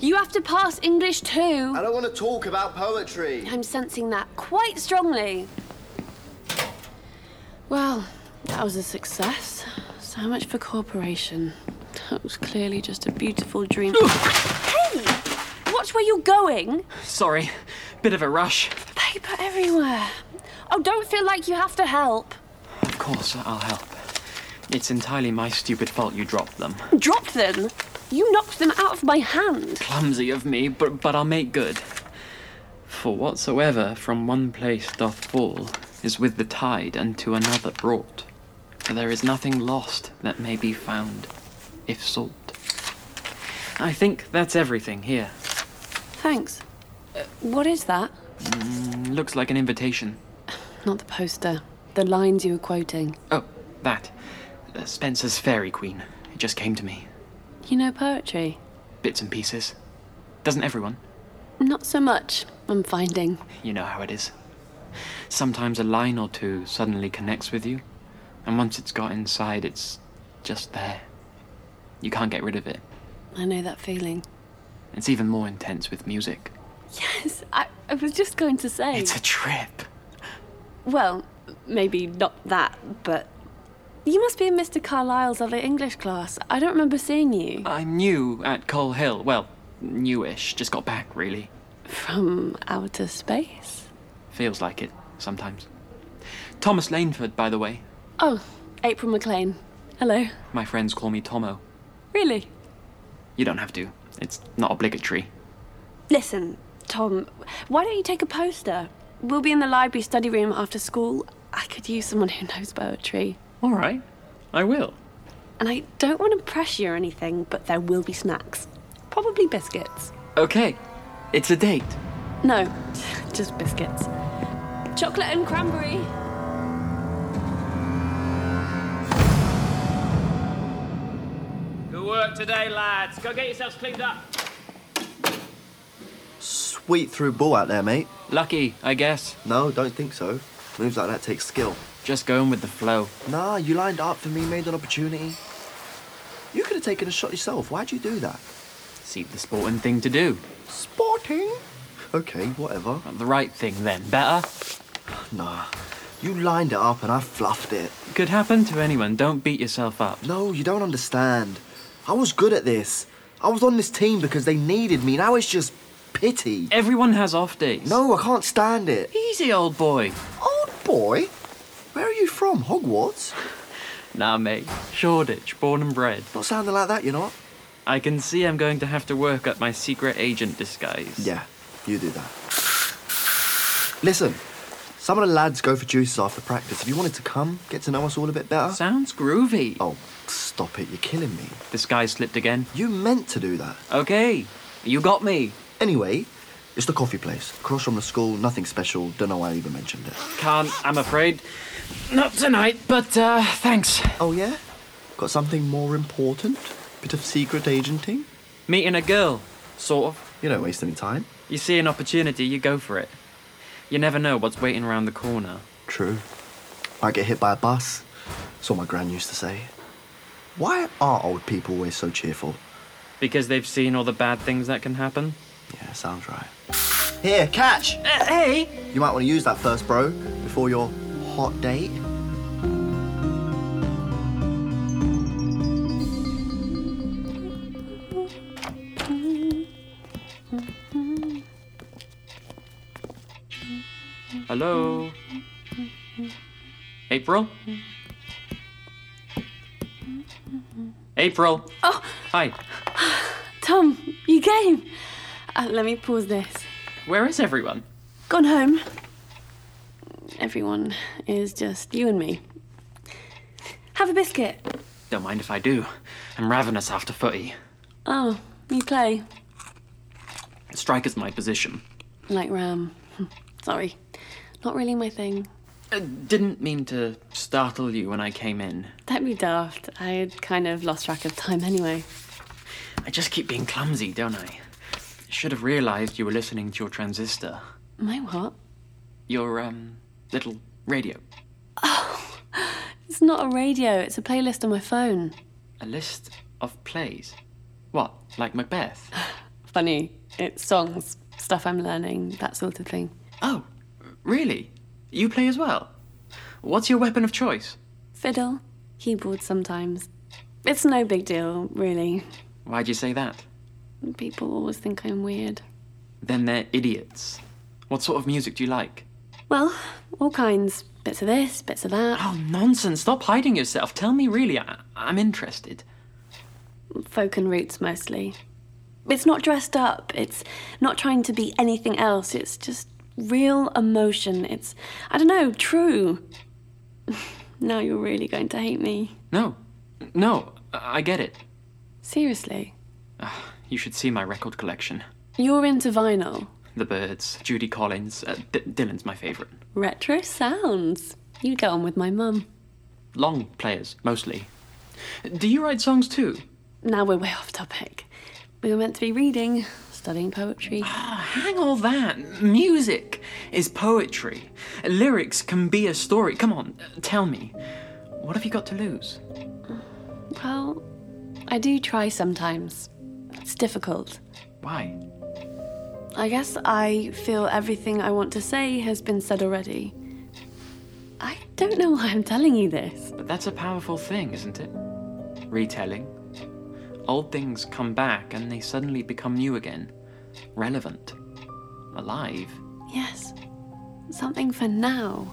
Speaker 17: You have to pass English too.
Speaker 16: I don't want to talk about poetry.
Speaker 17: I'm sensing that quite strongly. Well, that was a success. So much for cooperation. That was clearly just a beautiful dream. hey! Watch where you're going.
Speaker 12: Sorry, bit of a rush.
Speaker 17: Paper everywhere. Oh, don't feel like you have to help.
Speaker 12: Of course, I'll help. It's entirely my stupid fault you dropped them.
Speaker 17: Drop them. You knocked them out of my hand.
Speaker 12: Clumsy of me, but, but I'll make good. For whatsoever from one place doth fall is with the tide and to another brought. For there is nothing lost that may be found, if sought. I think that's everything here.
Speaker 17: Thanks. Uh, what is that?
Speaker 12: Mm, looks like an invitation.
Speaker 17: Not the poster. The lines you were quoting.
Speaker 12: Oh, that. Uh, Spencer's Fairy Queen. It just came to me.
Speaker 17: You know poetry?
Speaker 12: Bits and pieces. Doesn't everyone?
Speaker 17: Not so much, I'm finding.
Speaker 12: You know how it is. Sometimes a line or two suddenly connects with you, and once it's got inside, it's just there. You can't get rid of it.
Speaker 17: I know that feeling.
Speaker 12: It's even more intense with music.
Speaker 17: Yes, I, I was just going to say.
Speaker 12: It's a trip.
Speaker 17: Well, maybe not that, but. You must be in Mr. Carlyle's other English class. I don't remember seeing you.
Speaker 12: I'm new at Coal Hill. Well, newish, just got back, really.
Speaker 17: From outer space?
Speaker 12: Feels like it, sometimes. Thomas Laneford, by the way.
Speaker 17: Oh, April McLean. Hello.
Speaker 12: My friends call me Tomo.
Speaker 17: Really?
Speaker 12: You don't have to, it's not obligatory.
Speaker 17: Listen, Tom, why don't you take a poster? We'll be in the library study room after school. I could use someone who knows poetry.
Speaker 12: All right, I will.
Speaker 17: And I don't want to pressure you or anything, but there will be snacks. Probably biscuits.
Speaker 12: Okay, it's a date.
Speaker 17: No, just biscuits. Chocolate and cranberry.
Speaker 18: Good work today, lads. Go get yourselves cleaned up.
Speaker 16: Sweet through ball out there, mate.
Speaker 12: Lucky, I guess.
Speaker 16: No, don't think so. Moves like that take skill.
Speaker 12: Just going with the flow.
Speaker 16: Nah, you lined up for me, made an opportunity. You could have taken a shot yourself. Why'd you do that?
Speaker 12: Seemed the sporting thing to do.
Speaker 16: Sporting? Okay, whatever.
Speaker 12: The right thing then. Better?
Speaker 16: Nah. You lined it up and I fluffed it.
Speaker 12: Could happen to anyone. Don't beat yourself up.
Speaker 16: No, you don't understand. I was good at this. I was on this team because they needed me. Now it's just pity.
Speaker 12: Everyone has off days.
Speaker 16: No, I can't stand it.
Speaker 12: Easy, old boy.
Speaker 16: Old boy? Where are you from? Hogwarts?
Speaker 12: Nah, mate. Shoreditch, born and bred.
Speaker 16: Not sounding like that, you know.
Speaker 12: I can see I'm going to have to work at my secret agent disguise.
Speaker 16: Yeah, you do that. Listen, some of the lads go for juices after practice. If you wanted to come, get to know us all a bit better.
Speaker 12: Sounds groovy.
Speaker 16: Oh, stop it. You're killing me.
Speaker 12: This guy slipped again.
Speaker 16: You meant to do that.
Speaker 12: Okay, you got me.
Speaker 16: Anyway, it's the coffee place. Across from the school, nothing special. Don't know why I even mentioned it.
Speaker 12: Can't, I'm afraid. Not tonight, but uh, thanks.
Speaker 16: Oh, yeah? Got something more important? Bit of secret agenting?
Speaker 12: Meeting a girl, sort of.
Speaker 16: You don't waste any time.
Speaker 12: You see an opportunity, you go for it. You never know what's waiting around the corner.
Speaker 16: True. Might get hit by a bus. That's what my gran used to say. Why are old people always so cheerful?
Speaker 12: Because they've seen all the bad things that can happen.
Speaker 16: Yeah, sounds right. Here, catch!
Speaker 12: Uh, hey!
Speaker 16: You might want to use that first, bro, before your hot date.
Speaker 12: Hello? April? April?
Speaker 17: Oh,
Speaker 12: Hi.
Speaker 17: Tom, you game? Uh, let me pause this.
Speaker 12: Where is everyone?
Speaker 17: Gone home. Everyone is just you and me. Have a biscuit.
Speaker 12: Don't mind if I do. I'm ravenous after footy.
Speaker 17: Oh, you play.
Speaker 12: Striker's my position.
Speaker 17: Like Ram. Sorry. Not really my thing.
Speaker 12: I Uh, didn't mean to startle you when I came in.
Speaker 17: Don't be daft. I had kind of lost track of time anyway.
Speaker 12: I just keep being clumsy, don't I? Should have realised you were listening to your transistor.
Speaker 17: My what?
Speaker 12: Your, um, little radio.
Speaker 17: It's not a radio, it's a playlist on my phone.
Speaker 12: A list of plays. What, like Macbeth?
Speaker 17: Funny. It's songs, stuff I'm learning, that sort of thing.
Speaker 12: Oh, really? You play as well? What's your weapon of choice?
Speaker 17: Fiddle, keyboard sometimes. It's no big deal, really.
Speaker 12: Why'd you say that?
Speaker 17: People always think I'm weird.
Speaker 12: Then they're idiots. What sort of music do you like?
Speaker 17: Well, all kinds. Bits of this, bits of that.
Speaker 12: Oh, nonsense. Stop hiding yourself. Tell me really. I- I'm interested.
Speaker 17: folk and roots mostly. It's not dressed up, it's not trying to be anything else, it's just real emotion. It's, I don't know, true. now you're really going to hate me.
Speaker 12: No. No, I I get it.
Speaker 17: Seriously.
Speaker 12: You should see my record collection.
Speaker 17: You're into vinyl.
Speaker 12: The Birds, Judy Collins, uh, D- Dylan's my favourite.
Speaker 17: Retro sounds. You get on with my mum.
Speaker 12: Long players, mostly. Do you write songs too?
Speaker 17: Now we're way off topic. We were meant to be reading, studying poetry.
Speaker 12: Hang all that. Music is poetry. Lyrics can be a story. Come on, uh, tell me. What have you got to lose?
Speaker 17: Well, I do try sometimes. It's difficult.
Speaker 12: Why?
Speaker 17: I guess I feel everything I want to say has been said already. I don't know why I'm telling you this.
Speaker 12: But that's a powerful thing, isn't it? Retelling. Old things come back and they suddenly become new again. Relevant. Alive.
Speaker 17: Yes, something for now.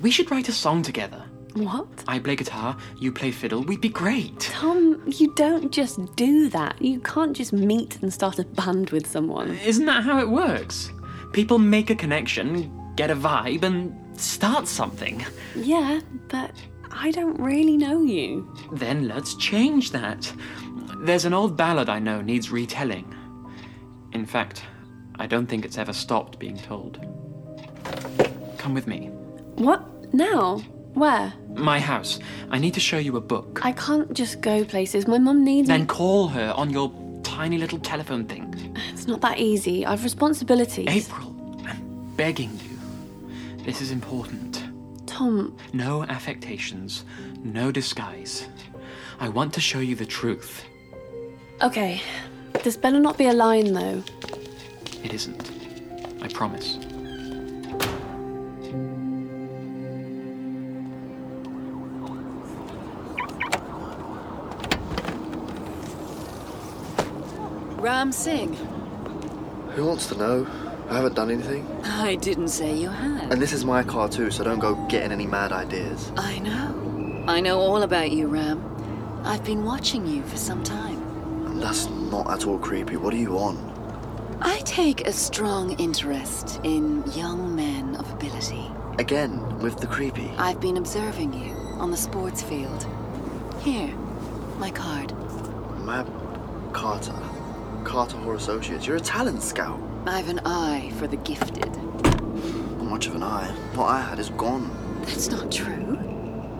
Speaker 12: We should write a song together.
Speaker 17: What?
Speaker 12: I play guitar, you play fiddle, we'd be great.
Speaker 17: Tom, you don't just do that. You can't just meet and start a band with someone.
Speaker 12: Isn't that how it works? People make a connection, get a vibe, and start something.
Speaker 17: Yeah, but I don't really know you.
Speaker 12: Then let's change that. There's an old ballad I know needs retelling. In fact, I don't think it's ever stopped being told. Come with me.
Speaker 17: What? Now? Where?
Speaker 12: My house. I need to show you a book.
Speaker 17: I can't just go places. My mum needs
Speaker 12: Then
Speaker 17: me.
Speaker 12: call her on your tiny little telephone thing,
Speaker 17: It's not that easy. I've responsibilities.
Speaker 12: April. begging you. This is important.
Speaker 17: Tom,
Speaker 12: No affectations, no disguise. I want to show you the truth.
Speaker 17: okay. This better not be a line, though.
Speaker 12: It isn't. I promise.
Speaker 13: Ram Singh,
Speaker 16: Who wants to know? I haven't done anything.
Speaker 13: I didn't say you had.
Speaker 16: And this is my car too, so don't go getting any mad ideas.
Speaker 13: I know. I know all about you, Ram. I've been watching you for some time.
Speaker 16: And that's not at all creepy. What do you want?
Speaker 13: I take a strong interest in young men of ability.
Speaker 16: Again, with the creepy.
Speaker 13: I've been observing you on the sports field. Here, my card.
Speaker 16: Mab Carter. Carter Horror Associates. You're a talent scout.
Speaker 13: I've an eye for the gifted.
Speaker 16: Not much of an eye. What I had is gone.
Speaker 13: That's not true.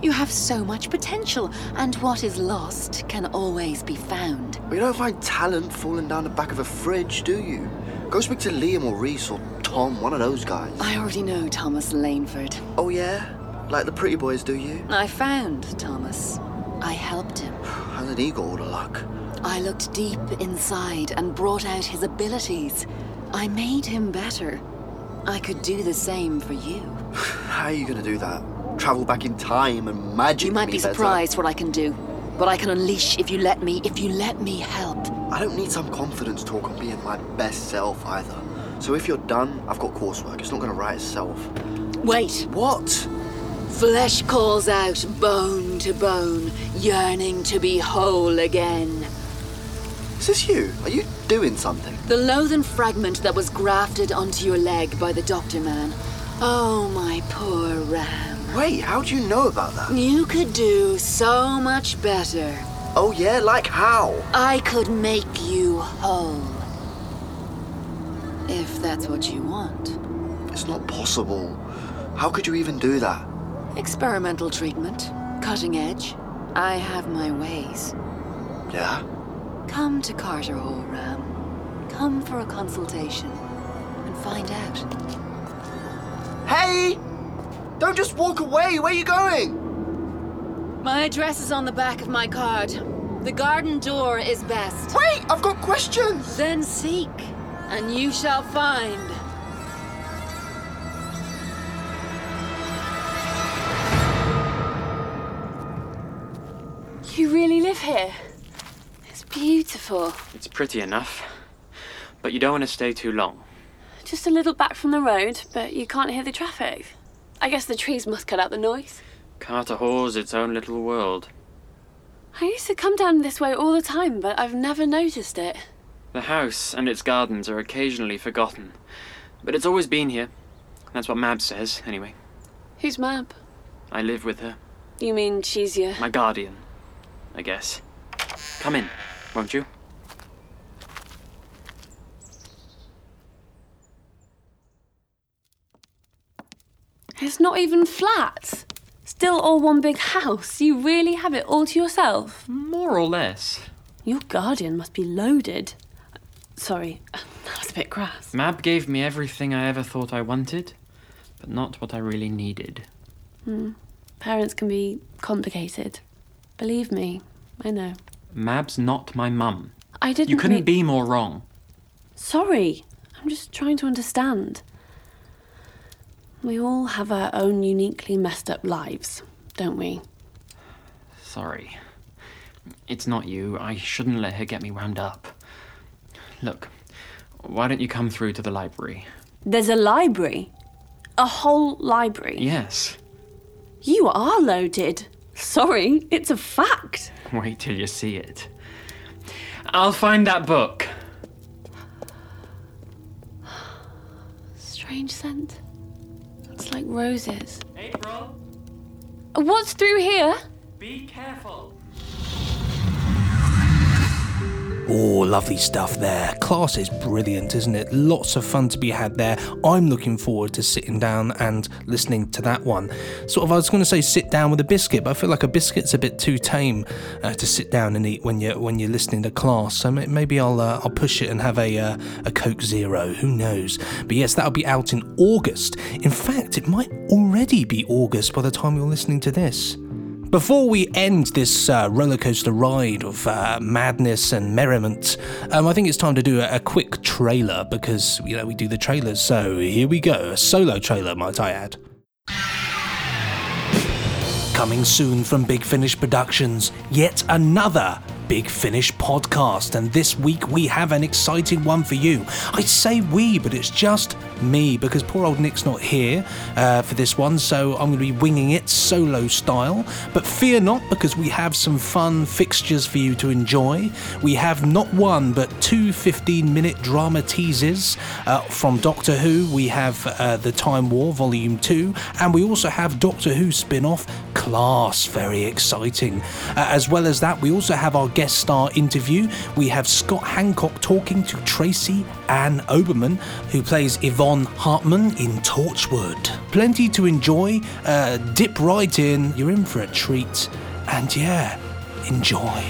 Speaker 13: You have so much potential, and what is lost can always be found.
Speaker 16: But you don't find talent falling down the back of a fridge, do you? Go speak to Liam or Reese or Tom, one of those guys.
Speaker 13: I already know Thomas Laneford.
Speaker 16: Oh, yeah? Like the pretty boys, do you?
Speaker 13: I found Thomas. I helped him.
Speaker 16: How did he get all the luck?
Speaker 13: I looked deep inside and brought out his abilities. I made him better. I could do the same for you.
Speaker 16: How are you gonna do that? Travel back in time and magic.
Speaker 13: You might
Speaker 16: me
Speaker 13: be
Speaker 16: better?
Speaker 13: surprised what I can do, but I can unleash if you let me, if you let me help.
Speaker 16: I don't need some confidence talk on being my best self either. So if you're done, I've got coursework. It's not gonna write itself.
Speaker 13: Wait.
Speaker 16: What?
Speaker 13: Flesh calls out bone to bone, yearning to be whole again.
Speaker 16: Is this you? Are you doing something?
Speaker 13: The loathen fragment that was grafted onto your leg by the doctor man. Oh, my poor ram.
Speaker 16: Wait, how do you know about that?
Speaker 13: You could do so much better.
Speaker 16: Oh yeah, like how?
Speaker 13: I could make you whole. If that's what you want.
Speaker 16: It's not possible. How could you even do that?
Speaker 13: Experimental treatment, cutting edge. I have my ways.
Speaker 16: Yeah.
Speaker 13: Come to Carter Hall, Ram. Come for a consultation and find out.
Speaker 16: Hey! Don't just walk away. Where are you going?
Speaker 19: My address is on the back of my card. The garden door is best.
Speaker 16: Wait, I've got questions!
Speaker 19: Then seek, and you shall find.
Speaker 17: You really live here? It's beautiful.
Speaker 12: It's pretty enough, but you don't want to stay too long.
Speaker 17: Just a little back from the road, but you can't hear the traffic. I guess the trees must cut out the noise.
Speaker 12: Carter Hall's its own little world.
Speaker 17: I used to come down this way all the time, but I've never noticed it.
Speaker 12: The house and its gardens are occasionally forgotten, but it's always been here. That's what Mab says, anyway.
Speaker 17: Who's Mab?
Speaker 12: I live with her,
Speaker 17: You mean she's your.
Speaker 12: my guardian, I guess. Come in, won't you?
Speaker 17: It's not even flat. Still all one big house. You really have it all to yourself.
Speaker 12: More or less.
Speaker 17: Your guardian must be loaded. Sorry, that was a bit crass.
Speaker 12: Mab gave me everything I ever thought I wanted, but not what I really needed.
Speaker 17: Hmm. Parents can be complicated. Believe me, I know.
Speaker 12: Mab's not my mum.
Speaker 17: I didn't.
Speaker 12: You couldn't
Speaker 17: make-
Speaker 12: be more wrong.
Speaker 17: Sorry, I'm just trying to understand. We all have our own uniquely messed up lives, don't we?
Speaker 12: Sorry. It's not you. I shouldn't let her get me wound up. Look, why don't you come through to the library?
Speaker 17: There's a library. A whole library.
Speaker 12: Yes.
Speaker 17: You are loaded. Sorry, it's a fact.
Speaker 12: Wait till you see it. I'll find that book.
Speaker 17: Strange scent. It's like roses.
Speaker 12: April,
Speaker 17: What's through here?
Speaker 12: be careful.
Speaker 1: Oh, lovely stuff there. Class is brilliant, isn't it? Lots of fun to be had there. I'm looking forward to sitting down and listening to that one. Sort of, I was going to say sit down with a biscuit, but I feel like a biscuit's a bit too tame uh, to sit down and eat when you're when you're listening to class. So may- maybe I'll uh, I'll push it and have a uh, a Coke Zero. Who knows? But yes, that'll be out in August. In fact, it might already be August by the time you're listening to this. Before we end this uh, roller coaster ride of uh, madness and merriment, um, I think it's time to do a, a quick trailer because you know we do the trailers. So here we go, a solo trailer, might I add. Coming soon from Big Finish Productions, yet another Big Finish podcast. And this week we have an exciting one for you. I say we, but it's just me because poor old Nick's not here uh, for this one, so I'm going to be winging it solo style. But fear not because we have some fun fixtures for you to enjoy. We have not one but two 15 minute drama teases uh, from Doctor Who. We have uh, The Time War Volume 2, and we also have Doctor Who spin off Class. Very exciting. Uh, as well as that, we also have our guest star interview. We have Scott Hancock talking to Tracy Ann Oberman, who plays Yvonne Hartman in Torchwood. Plenty to enjoy. Uh, dip right in. You're in for a treat. And yeah, enjoy.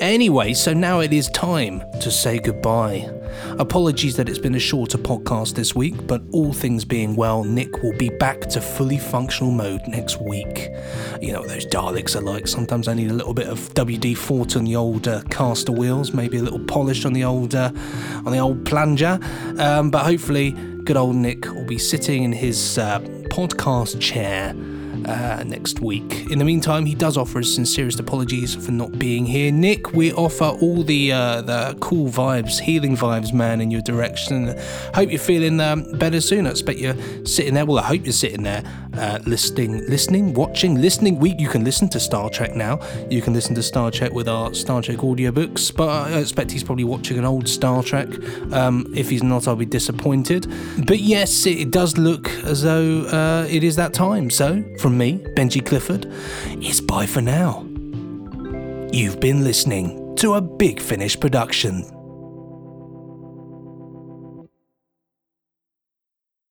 Speaker 1: Anyway, so now it is time to say goodbye. Apologies that it's been a shorter podcast this week, but all things being well, Nick will be back to fully functional mode next week. You know what those Daleks are like. Sometimes I need a little bit of WD forty on the old uh, caster wheels, maybe a little polish on the old uh, on the old plunger. Um, but hopefully, good old Nick will be sitting in his uh, podcast chair uh, next week. In the meantime, he does offer his sincerest apologies for not being here. Nick, we offer all the uh, the cool vibes, healing vibes, man, in your direction. Hope you're feeling um, better soon. I expect you're sitting there. Well, I hope you're sitting there, uh, listening, listening, watching, listening. We you can listen to Star Trek now. You can listen to Star Trek with our Star Trek audiobooks. But I expect he's probably watching an old Star Trek. Um, if he's not, I'll be disappointed. But yes, it, it does look as though uh, it is that time. So, from me, Benji Clifford, it's bye for now. You've been listening to a Big Finish production.